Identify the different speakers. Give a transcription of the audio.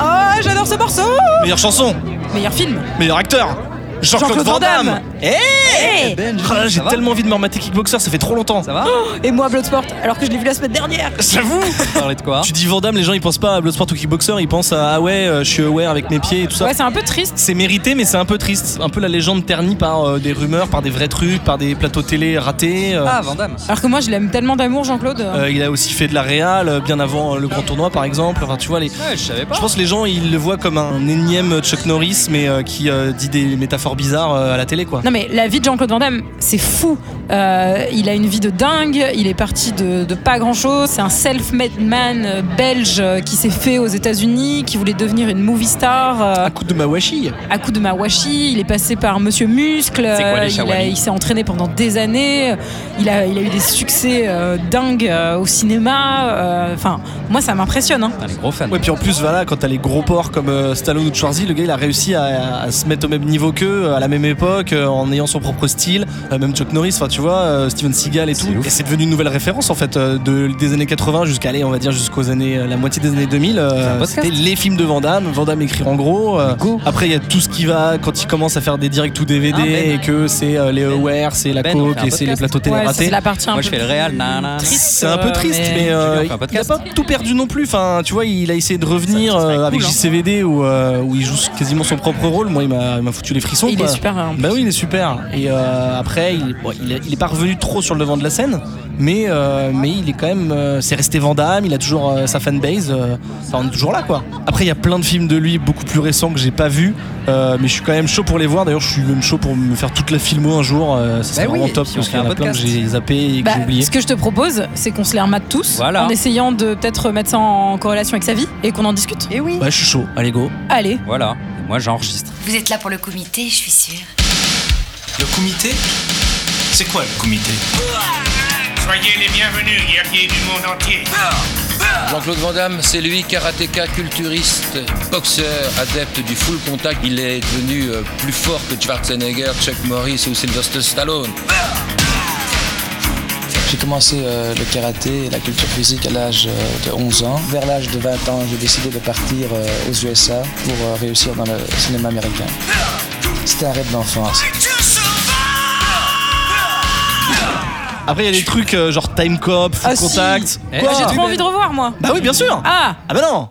Speaker 1: Oh, morceau
Speaker 2: Meilleure chanson,
Speaker 1: Meilleur film
Speaker 2: meilleur acteur, Jean-Claude
Speaker 1: Jean-Claude
Speaker 2: Van
Speaker 1: Van
Speaker 2: Damme.
Speaker 1: Damme.
Speaker 2: Eh
Speaker 1: Hey
Speaker 3: Ben,
Speaker 2: Oh là là, J'ai
Speaker 3: ça va
Speaker 2: tellement envie de me remater Kickboxer, ça fait trop longtemps.
Speaker 3: Ça va
Speaker 1: Oh, Et moi, Bloodsport, alors que je l'ai vu la semaine dernière
Speaker 2: J'avoue
Speaker 3: Parler de quoi
Speaker 2: Tu dis Van Damme, les gens ils pensent pas à Bloodsport ou Kickboxer, ils pensent à ah ouais, euh, je suis aware avec mes pieds et tout ça.
Speaker 4: Ouais, c'est un peu triste.
Speaker 2: C'est mérité, mais c'est un peu triste. Un peu la légende ternie par euh, des rumeurs, par des vrais trucs, par des plateaux télé ratés. euh.
Speaker 3: Ah, Van Damme.
Speaker 4: Alors que moi, je l'aime tellement d'amour, Jean-Claude.
Speaker 2: Euh, il a aussi fait de la réal euh, bien avant euh, le grand tournoi, par exemple. Enfin, tu vois, les...
Speaker 3: Ouais, je savais pas.
Speaker 2: je pense que les gens ils le voient comme un énième Chuck Norris, mais euh, qui euh, dit des métaphores bizarres euh, à la télé, quoi.
Speaker 4: Non mais la vie de Jean-Claude Van Damme, c'est fou. Euh, il a une vie de dingue, il est parti de, de pas grand-chose, c'est un self-made man euh, belge euh, qui s'est fait aux États-Unis, qui voulait devenir une movie star euh,
Speaker 2: À coup de mawashi.
Speaker 4: à coup de mawashi, il est passé par Monsieur Muscle,
Speaker 3: C'est quoi, les
Speaker 4: euh, il, a-
Speaker 3: shawani
Speaker 4: il s'est entraîné pendant des années, euh, il a, il a eu des succès euh, dingues euh, au cinéma, euh, enfin moi ça m'impressionne. hein.
Speaker 3: Putain, les gros fans.
Speaker 2: Ouais, puis en plus, voilà, quand t'as les gros porcs comme euh, Stallone ou Schwarzy, le gars il a réussi à, à se mettre au même niveau qu'eux, à la même époque, euh, en ayant son propre style, euh, même Chuck Norris, enfin tu vois, euh, Steven Seagal et tout.
Speaker 3: C'est ouf.
Speaker 2: Et c'est devenu une nouvelle référence en fait, euh, de, des années 80 jusqu'à, allez, on va dire, jusqu'aux années, euh, la moitié des années 2000. euh,
Speaker 3: C'est un podcast.
Speaker 2: C'était les films de Van Damme, Van Damme écrit en gros. euh,
Speaker 3: Go.
Speaker 2: après, il y a tout ce qui va quand il commence à faire des directs ou DVD
Speaker 3: Ah, Ben.
Speaker 2: et que c'est euh, les
Speaker 3: Ben.
Speaker 2: Aware, c'est la
Speaker 3: Ben, on
Speaker 2: coke
Speaker 3: fait un
Speaker 2: et c'est les
Speaker 3: podcast.
Speaker 2: plateaux télé
Speaker 4: Ouais, ça,
Speaker 2: ratés.
Speaker 4: c'est la partie un
Speaker 3: Moi,
Speaker 4: peu
Speaker 3: je fais le réal. Nana.
Speaker 4: triste.
Speaker 2: C'est un peu triste,
Speaker 4: euh,
Speaker 2: mais
Speaker 4: mais-
Speaker 2: euh,
Speaker 3: Julien fait un
Speaker 2: il n'a
Speaker 3: podcast.
Speaker 2: pas tout perdu non plus. Enfin, tu vois, il a essayé de revenir
Speaker 3: Ça, ça serait
Speaker 2: euh,
Speaker 3: cool,
Speaker 2: avec
Speaker 3: hein.
Speaker 2: JCVD où, euh, où il joue quasiment son propre rôle. Moi, il m'a il m'a foutu les frissons.
Speaker 4: Il
Speaker 2: quoi.
Speaker 4: est super. hein.
Speaker 2: Bah oui, il est super. Et euh, après, il, bon, il, est- il est pas revenu trop sur le devant de la scène, mais euh, mais il est quand même, euh, c'est resté Vandame. Il a toujours euh, sa fanbase. euh, Enfin, on est toujours là, quoi. Après, il y a plein de films de lui beaucoup plus récents que j'ai pas vu, mais je suis quand même chaud pour les voir. D'ailleurs, je suis même chaud pour me faire toute la filmo un jour. euh, ça serait
Speaker 3: Bah oui,
Speaker 2: vraiment
Speaker 3: et
Speaker 2: top
Speaker 3: puis on
Speaker 2: parce
Speaker 3: fait
Speaker 2: qu'il y en
Speaker 3: un
Speaker 2: a plein que
Speaker 3: podcast.
Speaker 2: j'ai zappé et que
Speaker 4: Bah,
Speaker 2: j'ai oublié.
Speaker 4: ce que je te propose, c'est qu'on se les remate tous
Speaker 3: Voilà.
Speaker 4: en essayant de peut-être mettre ça en corrélation avec sa vie et qu'on en discute.
Speaker 3: Et oui.
Speaker 2: Ouais, je suis chaud. Allez go.
Speaker 4: Allez,
Speaker 3: Voilà. Et Moi, j'enregistre.
Speaker 5: Vous êtes là pour le comité, je suis sûre.
Speaker 6: Le comité C'est quoi le comité
Speaker 7: Soyez les bienvenus, guerriers du monde entier.
Speaker 8: Jean-Claude Van Damme, c'est lui, karatéka, culturiste, boxeur, adepte du full contact. Il est devenu euh, plus fort que Schwarzenegger, Chuck Norris ou Sylvester Stallone.
Speaker 9: J'ai commencé euh, le karaté et la culture physique à l'âge euh, de 11 ans. Vers l'âge de 20 ans, j'ai décidé de partir euh, aux USA pour euh, réussir dans le cinéma américain. C'était un rêve d'enfance.
Speaker 2: Après, il y a des trucs euh, genre Time Cop, Full
Speaker 4: Ah, si.
Speaker 2: Contact.
Speaker 3: Eh,
Speaker 2: Quoi
Speaker 3: j'ai
Speaker 4: j'ai trop envie de revoir moi.
Speaker 2: Bah oui, bien sûr.
Speaker 4: Ah,
Speaker 2: Ah bah non.